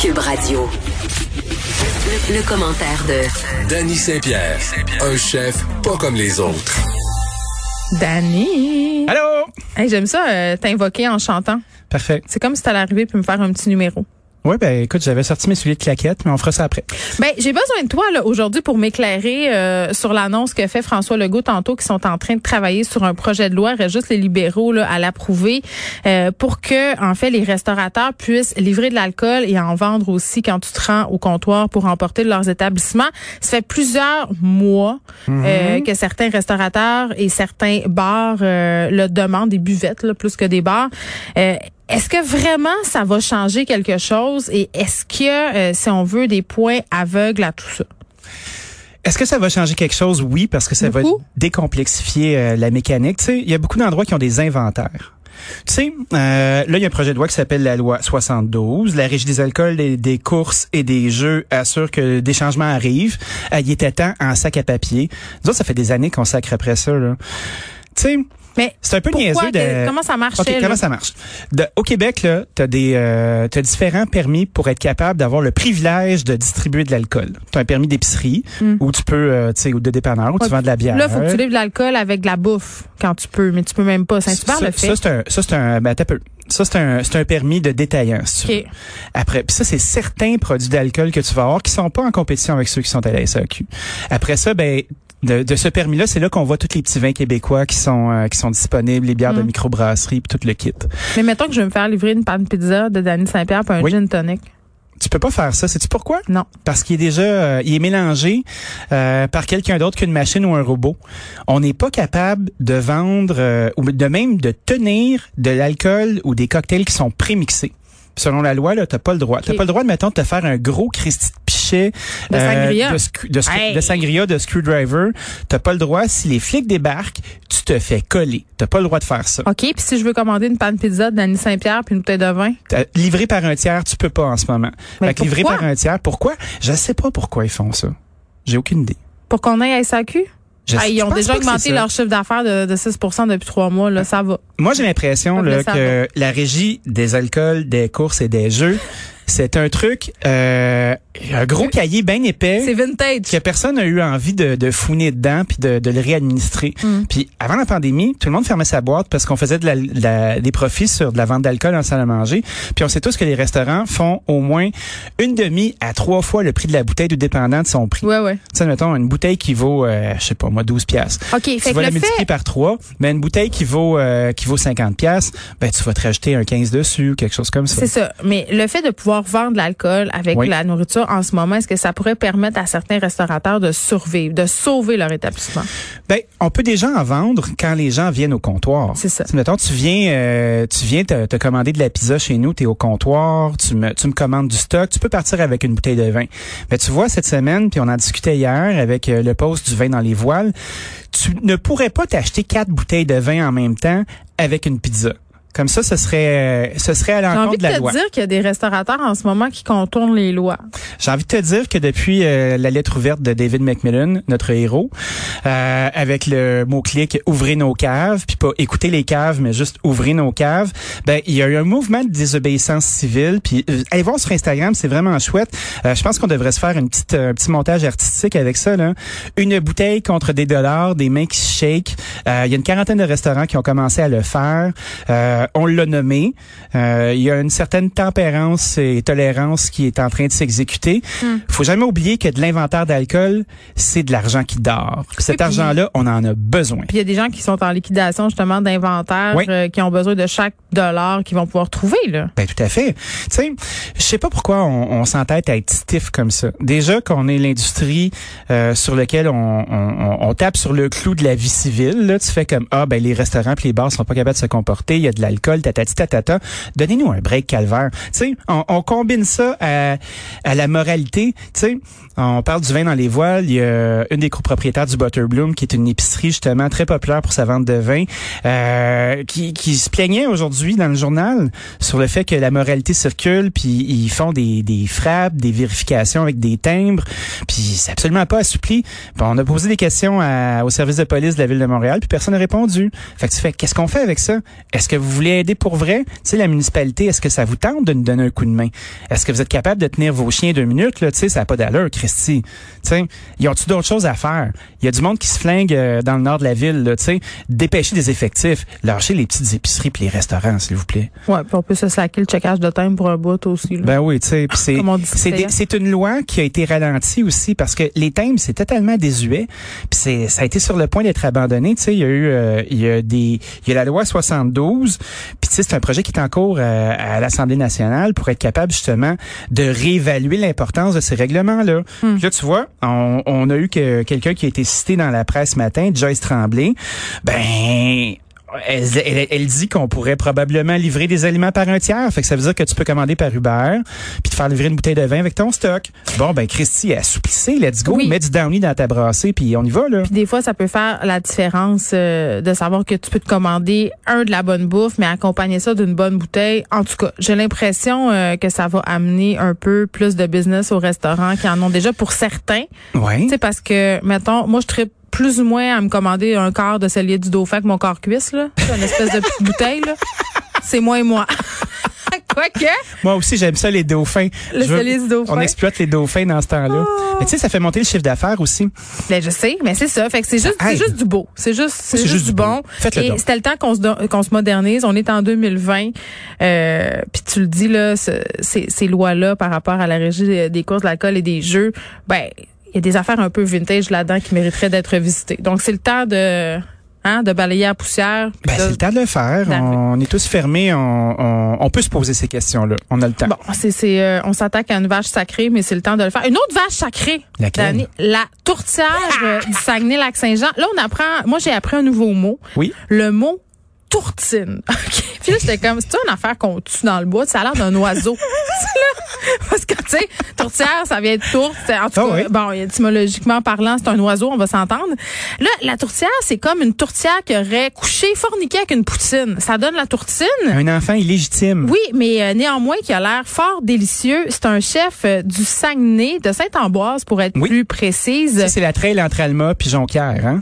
Cube Radio. Le, le commentaire de Danny Saint-Pierre, un chef pas comme les autres. Danny. Allô? Hey, J'aime ça euh, t'invoquer en chantant. Parfait. C'est comme si t'allais arriver puis me faire un petit numéro. Oui, ben écoute, j'avais sorti mes souliers de claquettes, mais on fera ça après. Ben, j'ai besoin de toi là, aujourd'hui pour m'éclairer euh, sur l'annonce que fait François Legault tantôt qui sont en train de travailler sur un projet de loi, reste juste les libéraux là, à l'approuver euh, pour que en fait les restaurateurs puissent livrer de l'alcool et en vendre aussi quand tu te rends au comptoir pour emporter de leurs établissements. Ça fait plusieurs mois euh, que certains restaurateurs et certains bars euh, le demandent, des buvettes là, plus que des bars. Euh, est-ce que vraiment ça va changer quelque chose et est-ce que, euh, si on veut, des points aveugles à tout ça? Est-ce que ça va changer quelque chose? Oui, parce que ça Beaucoup. va décomplexifier euh, la mécanique. Tu sais, il y a beaucoup d'endroits qui ont des inventaires. Tu sais, euh, là, il y a un projet de loi qui s'appelle la loi 72. La Régie des alcools, des, des courses et des jeux assure que des changements arrivent. Euh, Il était temps en sac à papier. Nous autres, ça fait des années qu'on sacre après ça. là. Tu sais, Mais C'est un peu pourquoi niaiseux de- que- comment ça marchait? OK, là? comment ça marche? De- au Québec, là, t'as des, euh, t'as différents permis pour être capable d'avoir le privilège de distribuer de l'alcool. T'as un permis d'épicerie où tu peux, euh, tu sais, ou de dépanneur où Hmm. Ouais, tu vends de la bière. Là, faut que tu livres de l'alcool avec de la bouffe quand tu peux, mais tu peux même pas. Saint-Hubert Ça- le fait. Ça, c'est un, ça, c'est un, ben, t'as peu. Ça, c'est un, c'est un permis de détaillant, si tu veux. OK. Après, puis ça, c'est certains produits d'alcool que tu vas avoir qui sont pas en compétition avec ceux qui sont à la SAQ. Après ça, ben de, de ce permis-là, c'est là, qu'on voit tous les petits vins québécois qui sont euh, qui sont disponibles, les Hmm. bières de microbrasserie, puis tout le kit. Mais mettons que je vais me faire livrer une panne pizza de Danny Saint-Pierre pour un Oui. gin tonic. Tu peux pas faire ça. Sais-tu pourquoi? Non. Parce qu'il est déjà, euh, il est mélangé euh, par quelqu'un d'autre qu'une machine ou un robot. On n'est pas capable de vendre euh, ou de même de tenir de l'alcool ou des cocktails qui sont prémixés. Selon la loi, là, t'as pas le droit. T'as Ok. pas le droit, mettons, de te faire un gros Christy de pichet euh, De sangria. de, scu- de, scu- Hey. de sangria, de screwdriver. T'as pas le droit. Si les flics débarquent, tu te fais coller. T'as pas le droit de faire ça. OK, puis si je veux commander une panne pizza de Danny Saint-Pierre puis une bouteille de vin, Euh, Livré par un tiers, tu peux pas en ce moment. Mais Fait que livré pourquoi? par un tiers, pourquoi? Je sais pas pourquoi ils font ça. J'ai aucune idée. pour qu'on aille à SAQ? Je- Ah, ils je ont pense déjà pas que c'est augmenté ça. leur chiffre d'affaires de, de 6 depuis trois mois. Là, ça va. Moi, j'ai l'impression Comme là, le savon. que la régie des alcools, des courses et des jeux, c'est un truc, euh, un gros cahier bien C'est épais que vintage. personne n'a eu envie de, de fouiner dedans puis de, de le réadministrer. Mm. Puis avant la pandémie, tout le monde fermait sa boîte parce qu'on faisait de la- de la- des profits sur de la vente d'alcool en salle à manger. Puis on sait tous que les restaurants font au moins une demi à trois fois le prix de la bouteille du dépendant de son prix. Ouais, ouais. Tu sais, mettons, une bouteille qui vaut, euh, je sais pas moi, 12 piastres. OK, fait tu que vas la le multiplier fait, par 3, mais une bouteille qui vaut euh, qui vaut 50 pièces, ben tu vas te rajouter un 15 dessus ou quelque chose comme ça. c'est ça. Mais le fait de pouvoir vendre de l'alcool avec Oui. la nourriture en ce moment, est-ce que ça pourrait permettre à certains restaurateurs de survivre, de sauver leur établissement? Ben on peut déjà en vendre quand les gens viennent au comptoir. C'est ça. Tu sais, mettons tu viens euh, tu viens te, te commander de la pizza chez nous, tu es au comptoir, tu me tu me commandes du stock, tu peux partir avec une bouteille de vin. Mais tu vois cette semaine puis on en discutait hier avec euh, le poste du vin dans les voiles, tu ne pourrais pas t'acheter quatre bouteilles de vin en même temps avec une pizza. Comme ça, ce serait, euh, ce serait à J'ai envie de l'encontre de la te loi. dire qu'il y a des restaurateurs en ce moment qui contournent les lois. J'ai envie de te dire que depuis euh, la lettre ouverte de David Macmillan, notre héros, euh, avec le mot-clic ouvrez nos caves, puis pas écoutez les caves, mais juste ouvrez nos caves, ben il y a eu un mouvement de désobéissance civile. Puis euh, allez voir sur Instagram, c'est vraiment chouette. Euh, je pense qu'on devrait se faire une petite, euh, un petit montage artistique avec ça. Là. Une bouteille contre des dollars, des mains qui se shake. Euh, il y a une quarantaine de restaurants qui ont commencé à le faire. Euh, on l'a nommé. Euh, il y a une certaine tempérance et tolérance qui est en train de s'exécuter. Faut jamais oublier que de l'inventaire d'alcool, c'est de l'argent qui dort. Cet puis- argent-là, on en a besoin. Puis il y a des gens qui sont en liquidation justement d'inventaire, Oui. euh, qui ont besoin de chaque dollar qu'ils vont pouvoir trouver. Là. Ben tout à fait. Tu sais, je sais pas pourquoi on, on s'entête à être stiff comme ça. Déjà qu'on est l'industrie euh, sur laquelle on, on- on- on tape sur le clou de la vie civile. Là, tu fais comme ah ben les restaurants puis les bars sont pas capables de se comporter. Il y a de l'alcool, tatati tatata. Donnez-nous un break calvaire. Tu sais, on, on combine ça à, à la moralité. Tu sais, on parle du vin dans les voiles. Il y a une des copropriétaires du Butterbloom qui est une épicerie justement très populaire pour sa vente de vin, euh, qui, qui se plaignait aujourd'hui dans le journal sur le fait que la moralité circule, puis ils font des, des frappes, des vérifications avec des timbres, puis c'est absolument pas assoupli. Puis on a posé des questions à- au service de police de la ville de Montréal, puis personne n'a répondu. Fait que tu fais, qu'est-ce qu'on fait avec ça? Est-ce que vous voulez aider pour vrai, tu sais, la municipalité, est-ce que ça vous tente de nous donner un coup de main? Est-ce que vous êtes capable de tenir vos chiens deux minutes? Là? Tu sais, ça n'a pas d'allure, Christy. Tu sais, ils ont-tu d'autres choses à faire? Il y a du monde qui se flingue euh, dans le nord de la ville. Là, tu sais, dépêchez des effectifs. Lâchez les petites épiceries puis les restaurants, s'il vous plaît. Ouais, puis on peut se slacker le checkage de thème pour un bout aussi. Là. Ben oui, tu sais, puis c'est Comme on dit, c'est des- c'est- c'est une loi qui a été ralentie aussi parce que les thèmes c'est totalement désuet, puis c'est ça a été sur le point d'être abandonné, tu sais, il y a eu euh, il y a des il y a la loi 72, puis tu sais c'est un projet qui est en cours euh, à l'Assemblée nationale pour être capable justement de réévaluer l'importance de ces règlements là. Hmm. Là tu vois, on, on a eu que quelqu'un qui a été cité dans la presse ce matin, Joyce Tremblay. Ben elle, elle- elle dit qu'on pourrait probablement livrer des aliments par un tiers. Fait que ça veut dire que tu peux commander par Uber puis te faire livrer une bouteille de vin avec ton stock. Bon, ben, Christy, assouplissez, let's go. Oui. Mets du Downy dans ta brassée puis on y va, là. Puis des fois, ça peut faire la différence euh, de savoir que tu peux te commander un de la bonne bouffe, mais accompagner ça d'une bonne bouteille. En tout cas, j'ai l'impression euh, que ça va amener un peu plus de business aux restaurants qui en ont déjà pour certains. Ouais. Tu sais, parce que, mettons, moi, je tripe plus ou moins à me commander un quart de cellier du dauphin avec mon corps cuisse, là. C'est Une espèce de petite bouteille, là. C'est moi et moi. Quoique, Moi aussi, j'aime ça, les dauphins. Le Ah. Je veux- soleil du dauphin. On exploite les dauphins dans ce temps-là. Mais tu sais, ça fait monter le chiffre d'affaires aussi. ben, je sais, mais c'est ça. Fait que c'est juste, c'est aide. juste du beau. C'est juste, c'est c'est juste, juste du du bon. beau. Faites-le Et donc. c'était le temps qu'on se, don- qu'on se modernise. On est en 2020. Euh, Puis tu le dis, là, ce- ces, ces lois-là par rapport à la régie des- des courses de l'alcool et des jeux, ben, il y a des affaires un peu vintage là-dedans qui mériteraient d'être visitées. Donc, c'est le temps de, hein, de balayer à poussière. puis Ben, de- c'est le temps de le faire. d'arriver. On est tous fermés. On, on- on peut se poser ces questions-là. On a le temps. Bon, c'est, c'est, euh, on s'attaque à une vache sacrée, mais c'est le temps de le faire. Une autre vache sacrée, Laquelle? Dani, la tourtière euh, du Saguenay-Lac-Saint-Jean. Là, on apprend, moi, j'ai appris un nouveau mot. Oui. Le mot tourtine. OK. Puis là, j'étais comme, c'est-tu une affaire qu'on tue dans le bois? Ça a l'air d'un oiseau. Là, Parce que, tu sais, tourtière, ça vient de tourte. En tout Ah cas, oui. bon, étymologiquement parlant, c'est un oiseau, on va s'entendre. Là, la tourtière, c'est comme une tourtière qui aurait couché, forniqué avec une poutine. Ça donne la tourtine. Un enfant illégitime. Oui, mais euh, néanmoins qui a l'air fort délicieux. C'est un chef euh, du Saguenay, de Saint-Amboise pour être Oui. plus précise. Ça, c'est la trail entre Alma puis Jonquière, hein?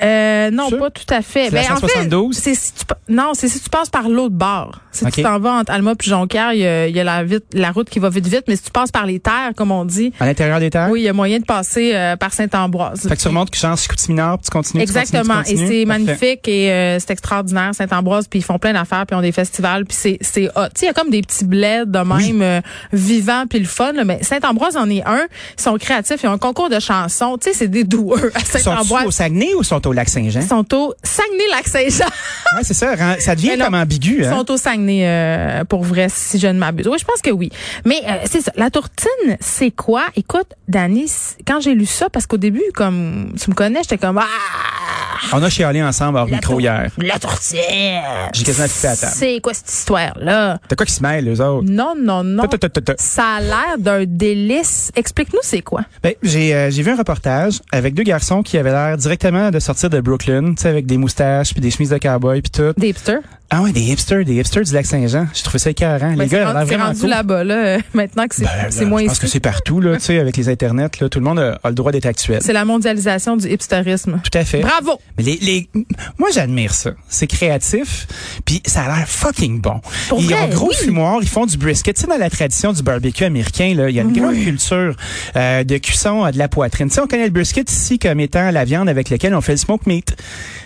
Euh, non, Ça? pas tout à fait. C'est la Ben, en fait, 172? c'est si tu pa- non, c'est si tu passes par l'autre bord. Si OK. tu t'en vas entre Alma puis Jonquière, il y a, il y a la, vite- la route qui va vite vite, mais si tu passes par les terres, comme on dit, À l'intérieur des terres? oui, il y a moyen de passer euh, par Saint-Ambroise. Hein? Fait que tu remontes, que genre, Chicoutimi-Nord, puis tu continues, tu continues, tu Exactement. Et continues. c'est Parfait. magnifique et euh, c'est extraordinaire. Saint-Ambroise, puis ils font plein d'affaires, puis ils ont des festivals, puis c'est c'est hot. Tu sais, il y a comme des petits bleds de même Oui. euh, vivants, puis le fun. là. Mais Saint-Ambroise en est un. Ils sont créatifs. Ils ont un concours de chansons. Tu sais, c'est des doueux à Sont-ils au Saint-Ambroise. Saguenay ou sont au Lac-Saint-Jean? Ils sont au Saguenay-Lac-Saint-Jean. Ouais, c'est ça. ren- Ça devient Mais non. comme ambigu. Ils Hein? sont au Saguenay, euh, pour vrai, si je ne m'abuse. Oui, je pense que oui. Mais euh, c'est ça. La tourtine, c'est quoi? Écoute, Dani, c- quand j'ai lu ça, parce qu'au début, comme tu me connais, j'étais comme... Ah! On a chialé ensemble hors micro tour- hier. La tourtière. J'ai quasiment flippé à table. C'est quoi cette histoire-là? T'as quoi qui se mêle, les autres? Non, non, non. Ta, ta, ta, ta, ta. Ça a l'air d'un délice. Explique-nous c'est quoi. Ben, j'ai euh, j'ai vu un reportage avec deux garçons qui avaient l'air directement de sortir de Brooklyn, tu sais, avec des moustaches puis des chemises de cowboy puis tout. Des hipsters. Ah ouais, des hipsters, des hipsters du lac Saint-Jean. J'ai trouvé ça écœurant. Ben, les c'est gars, ils ont rendu, l'air c'est vraiment rendu cool. là-bas, là, euh, maintenant que c'est, Ben, là, c'est moins je pense ici. que c'est partout là, tu sais, avec les internets là, tout le monde a, a le droit d'être actuel. C'est la mondialisation du hipsterisme. Tout à fait. Bravo! Mais les, les- moi j'admire ça. C'est créatif, puis ça a l'air fucking bon. Pour ils vrai, ont gros oui. fumoir, ils font du brisket. Tu sais, dans la tradition du barbecue américain, là, il y a une Mhm. grande culture euh, de cuisson euh, de la poitrine. Tu sais, on connaît le brisket ici comme étant la viande avec laquelle on fait le smoke meat.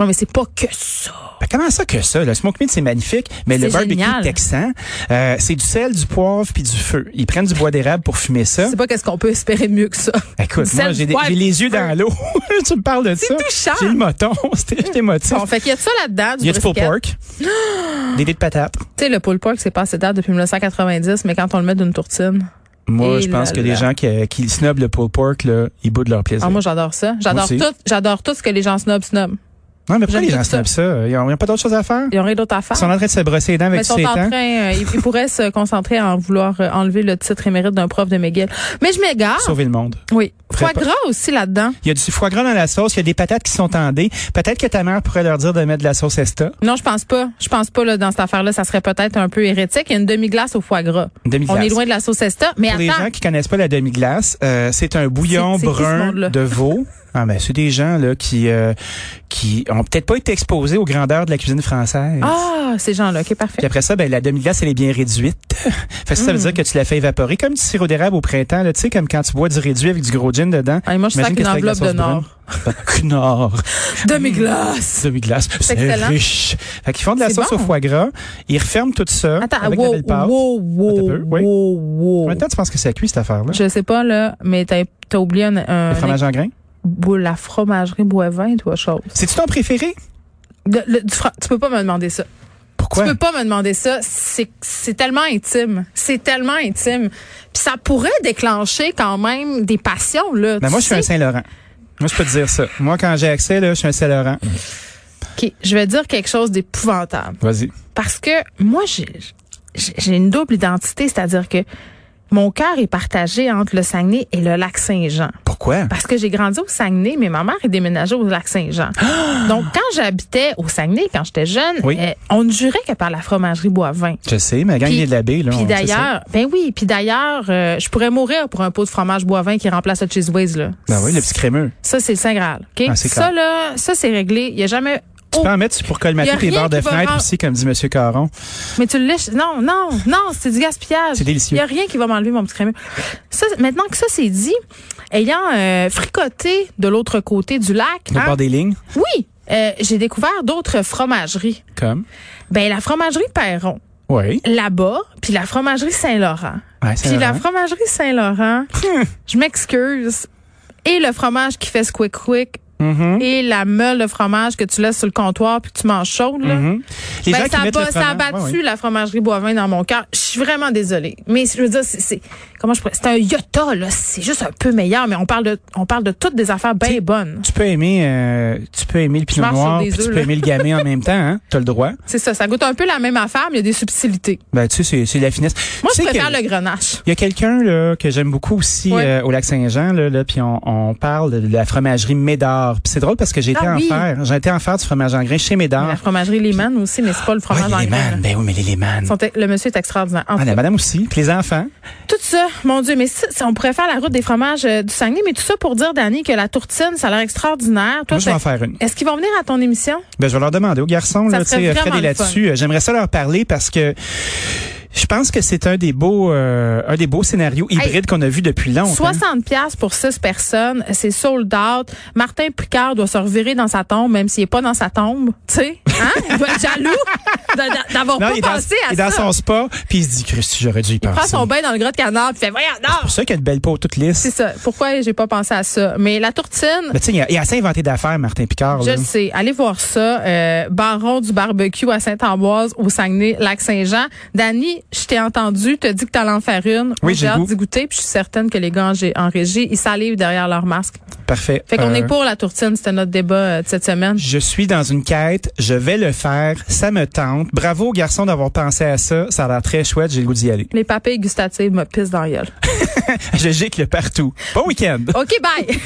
Non, mais c'est pas que ça. Ben, comment ça que ça? Le smoke meat, c'est magnifique, mais le C'est barbecue génial. texan, euh, c'est du sel, du poivre puis du feu. Ils prennent du bois d'érable pour fumer ça. Je sais pas qu'est-ce qu'on peut espérer de mieux que Hein? ça. Écoute, Du moi, sel, j'ai du des- poivre, j'ai les yeux dans l'eau. tu me parles de ça. touchant. J'ai le moton. C'était émotif. Bon, fait qu'il y a de ça là-dedans, du Il y a du pulled brisket. pork, des dés de patates. Tu sais, le pulled pork, c'est pas assez date depuis 1990, mais quand on le met d'une tourtine. Ah, Moi, Et je pense là que là. les gens qui, euh, qui snobent le pulled pork, là, ils boudent leur plaisir. Ah, moi, j'adore ça. J'adore aussi. tout, j'adore tout ce que les gens snob snob. non, mais pourquoi j'aime les gens tout ça. snobent ça? Ils n'ont pas d'autre chose à faire? Ils ont rien d'autre à faire. Ils sont en train de se brosser les dents Mais avec tous sont ces en train, temps. euh, ils, ils pourraient se concentrer en vouloir euh, enlever le titre émérite d'un prof de McGill. Mais je m'égare. Sauver le monde. Oui. Très Foie pas- gras aussi là-dedans. Il y a du foie gras dans la sauce, il y a des patates qui sont en dés. Peut-être que ta mère pourrait leur dire de mettre de la sauce Esta. Non, je pense pas. Je pense pas là dans cette affaire-là, ça serait peut-être un peu hérétique. Il y a une demi-glace au foie gras. Une demi-glace. On est loin de la sauce esta, mais Pour les attends. gens qui connaissent pas la demi-glace, euh, c'est un bouillon C'est- c'est qui, ce brun monde-là? de veau Ah ben c'est des gens là qui euh, qui ont peut-être pas été exposés aux grandeurs de la cuisine française. Ah, ces gens-là, ok, parfait. Puis après ça, ben, la demi-glace, elle est bien réduite. fait que ça, ça veut Hmm. dire que tu la fais évaporer comme du sirop d'érable au printemps, là, tu sais, comme quand tu bois du réduit avec du gros gin dedans. Ah, et moi, je Imagine sers que une c'est avec la enveloppe de sauce brune. nord. Ben, Cunard. Demi-glace. Demi-glace. C'est excellent. riche. Fait qu'ils font de la C'est sauce bon. au foie gras. Ils referment tout ça. Attends, avec de la wow, belle pâte. wow, wow, Attends un peu, oui. wow, wow. Maintenant, tu penses que c'est cuit, cette affaire-là? Je sais pas, là, mais t'as t'as oublié un, un- Le fromage en grain? Bou- la fromagerie Boivin, toi, chose. C'est-tu ton préféré? Le- le- du fra- tu peux pas me demander ça. Pourquoi? Tu peux pas me demander ça. C'est c'est tellement intime. C'est tellement intime. Puis ça pourrait déclencher quand même des passions, là. Ben, Tu moi, je suis un sais. Saint-Laurent. Moi, je peux te dire ça. Moi, quand j'ai accès, là, je suis un Saint-Laurent. Ok, je vais dire quelque chose d'épouvantable. Vas-y. Parce que moi, j'ai j'ai- j'ai une double identité, c'est-à-dire que mon cœur est partagé entre le Saguenay et le lac Saint-Jean. Pourquoi? Parce que j'ai grandi au Saguenay, mais ma mère est déménagée au lac Saint-Jean. Donc, quand j'habitais au Saguenay, quand j'étais jeune, Ah! Oui. euh, on ne jurait que par la fromagerie Boivin. Je sais, ma gang Puis- vient de la baie, là. Puis on sait ça. d'ailleurs, ben oui, puis d'ailleurs, euh, je pourrais mourir pour un pot de fromage Boivin qui remplace le Cheese Whiz, là. Ben oui, le petit crémeux. Ça, c'est le Saint Graal. OK? Ah, c'est ça, clair. là, ça, c'est réglé. Il n'y a jamais. Tu Oh, peux en mettre pour Y a colmater tes rien barres de qui va fenêtre rend- aussi, comme dit M. Caron. mais tu le lèches. Non, non, non, c'est du gaspillage. C'est délicieux. Il n'y a rien qui va m'enlever mon petit crémeux. Ça, maintenant que ça, c'est dit, ayant euh, fricoté de l'autre côté du lac, Au hein, bord des lignes. oui, euh, j'ai découvert d'autres fromageries. Comme. Ben la fromagerie Perron, Oui. là-bas, puis la fromagerie Saint-Laurent. Ouais, Puis la Saint-Laurent. fromagerie Saint-Laurent, je m'excuse. Et le fromage qui fait squick quick Mhm. et la meule de fromage que tu laisses sur le comptoir puis que tu manges chaude là. Mhm. Les Ben, gens qui ça, a mettent pas- le ça a fromage- battu ouais, ouais. la fromagerie Boivin dans mon cœur. Je suis vraiment désolée. Mais je veux dire, c'est, c'est- comment je pourrais- c'est un yota, là. C'est juste un peu meilleur, mais on parle de, on parle de toutes des affaires bien Tu- bonnes. Tu peux aimer, euh, tu peux aimer le pinot marche sur noir, des puis tu œufs, peux là. aimer le gamay en même temps, hein. T'as le droit. C'est ça. Ça goûte un peu la même affaire, mais il y a des subtilités. Ben, tu sais, c'est- c'est la finesse. Moi, Tu je sais préfère que- le grenache. Il y a quelqu'un là que j'aime beaucoup aussi Ouais. euh, au lac Saint-Jean là, là puis on, on parle de la fromagerie Médard. Puis c'est drôle parce que j'ai été Ah en oui. faire, j'ai été en faire du fromage en grain chez La Médard. fromagerie Lehman aussi, mais c'est pas le fromage Ah. ouais, en les grain, Léman. là. Ben oui, mais les Léman. Ils sont- Le monsieur est extraordinaire. En tout Ah, la cas, madame aussi, puis les enfants. tout ça, mon Dieu, mais ça, ça, on pourrait faire la route des fromages euh, du Saguenay, mais tout ça pour dire, Dani, que la tourtine, ça a l'air extraordinaire. Toi, Moi, je vais t'as- en faire une. est-ce qu'ils vont venir à ton émission? Ben, je vais leur demander aux garçons, Ça là, tu serait sais, vraiment Fred est le là-dessus. Euh, J'aimerais ça leur parler parce que je pense que c'est un des beaux, euh, un des beaux scénarios hybrides qu'on a vu depuis longtemps. 60 pièces pour 6 personnes, c'est sold out. Martin Picard doit se revirer dans sa tombe, même s'il est pas dans sa tombe, tu sais. Hein? Il doit être jaloux de- de- d'avoir Non, pas il est dans, pensé il est à dans ça. son spa, puis il se dit, Christy, j'aurais dû y Il penser. prend son bain dans le gras de canard, puis il fait, voyons, non! Pour ça qu'il a une belle peau toute C'est lisse. ça. Pourquoi j'ai pas pensé à ça? Mais la tourtine, Mais tu sais, il a, il a assez inventé d'affaires, Martin Picard. Je là. le sais. Allez voir ça. euh, Baron du barbecue à Sainte-Amboise, au Saguenay, Lac-Saint-Jean. Dani, je t'ai entendu, te dis que t'allais en faire une. Moi, Oui, j'ai j'ai le hâte goût. d'y goûter, puis je suis certaine que les gars en gé- en régie, ils salivent derrière leur masque. Parfait. Fait qu'on Euh, est pour la tourtine, c'était notre débat euh, de cette semaine. Je suis dans une quête, je vais le faire, ça me tente. Bravo aux garçons d'avoir pensé à ça, ça a l'air très chouette, j'ai le goût d'y aller. Les papilles gustatives me pissent dans la gueule. Je gicle partout. Bon week-end! OK, bye!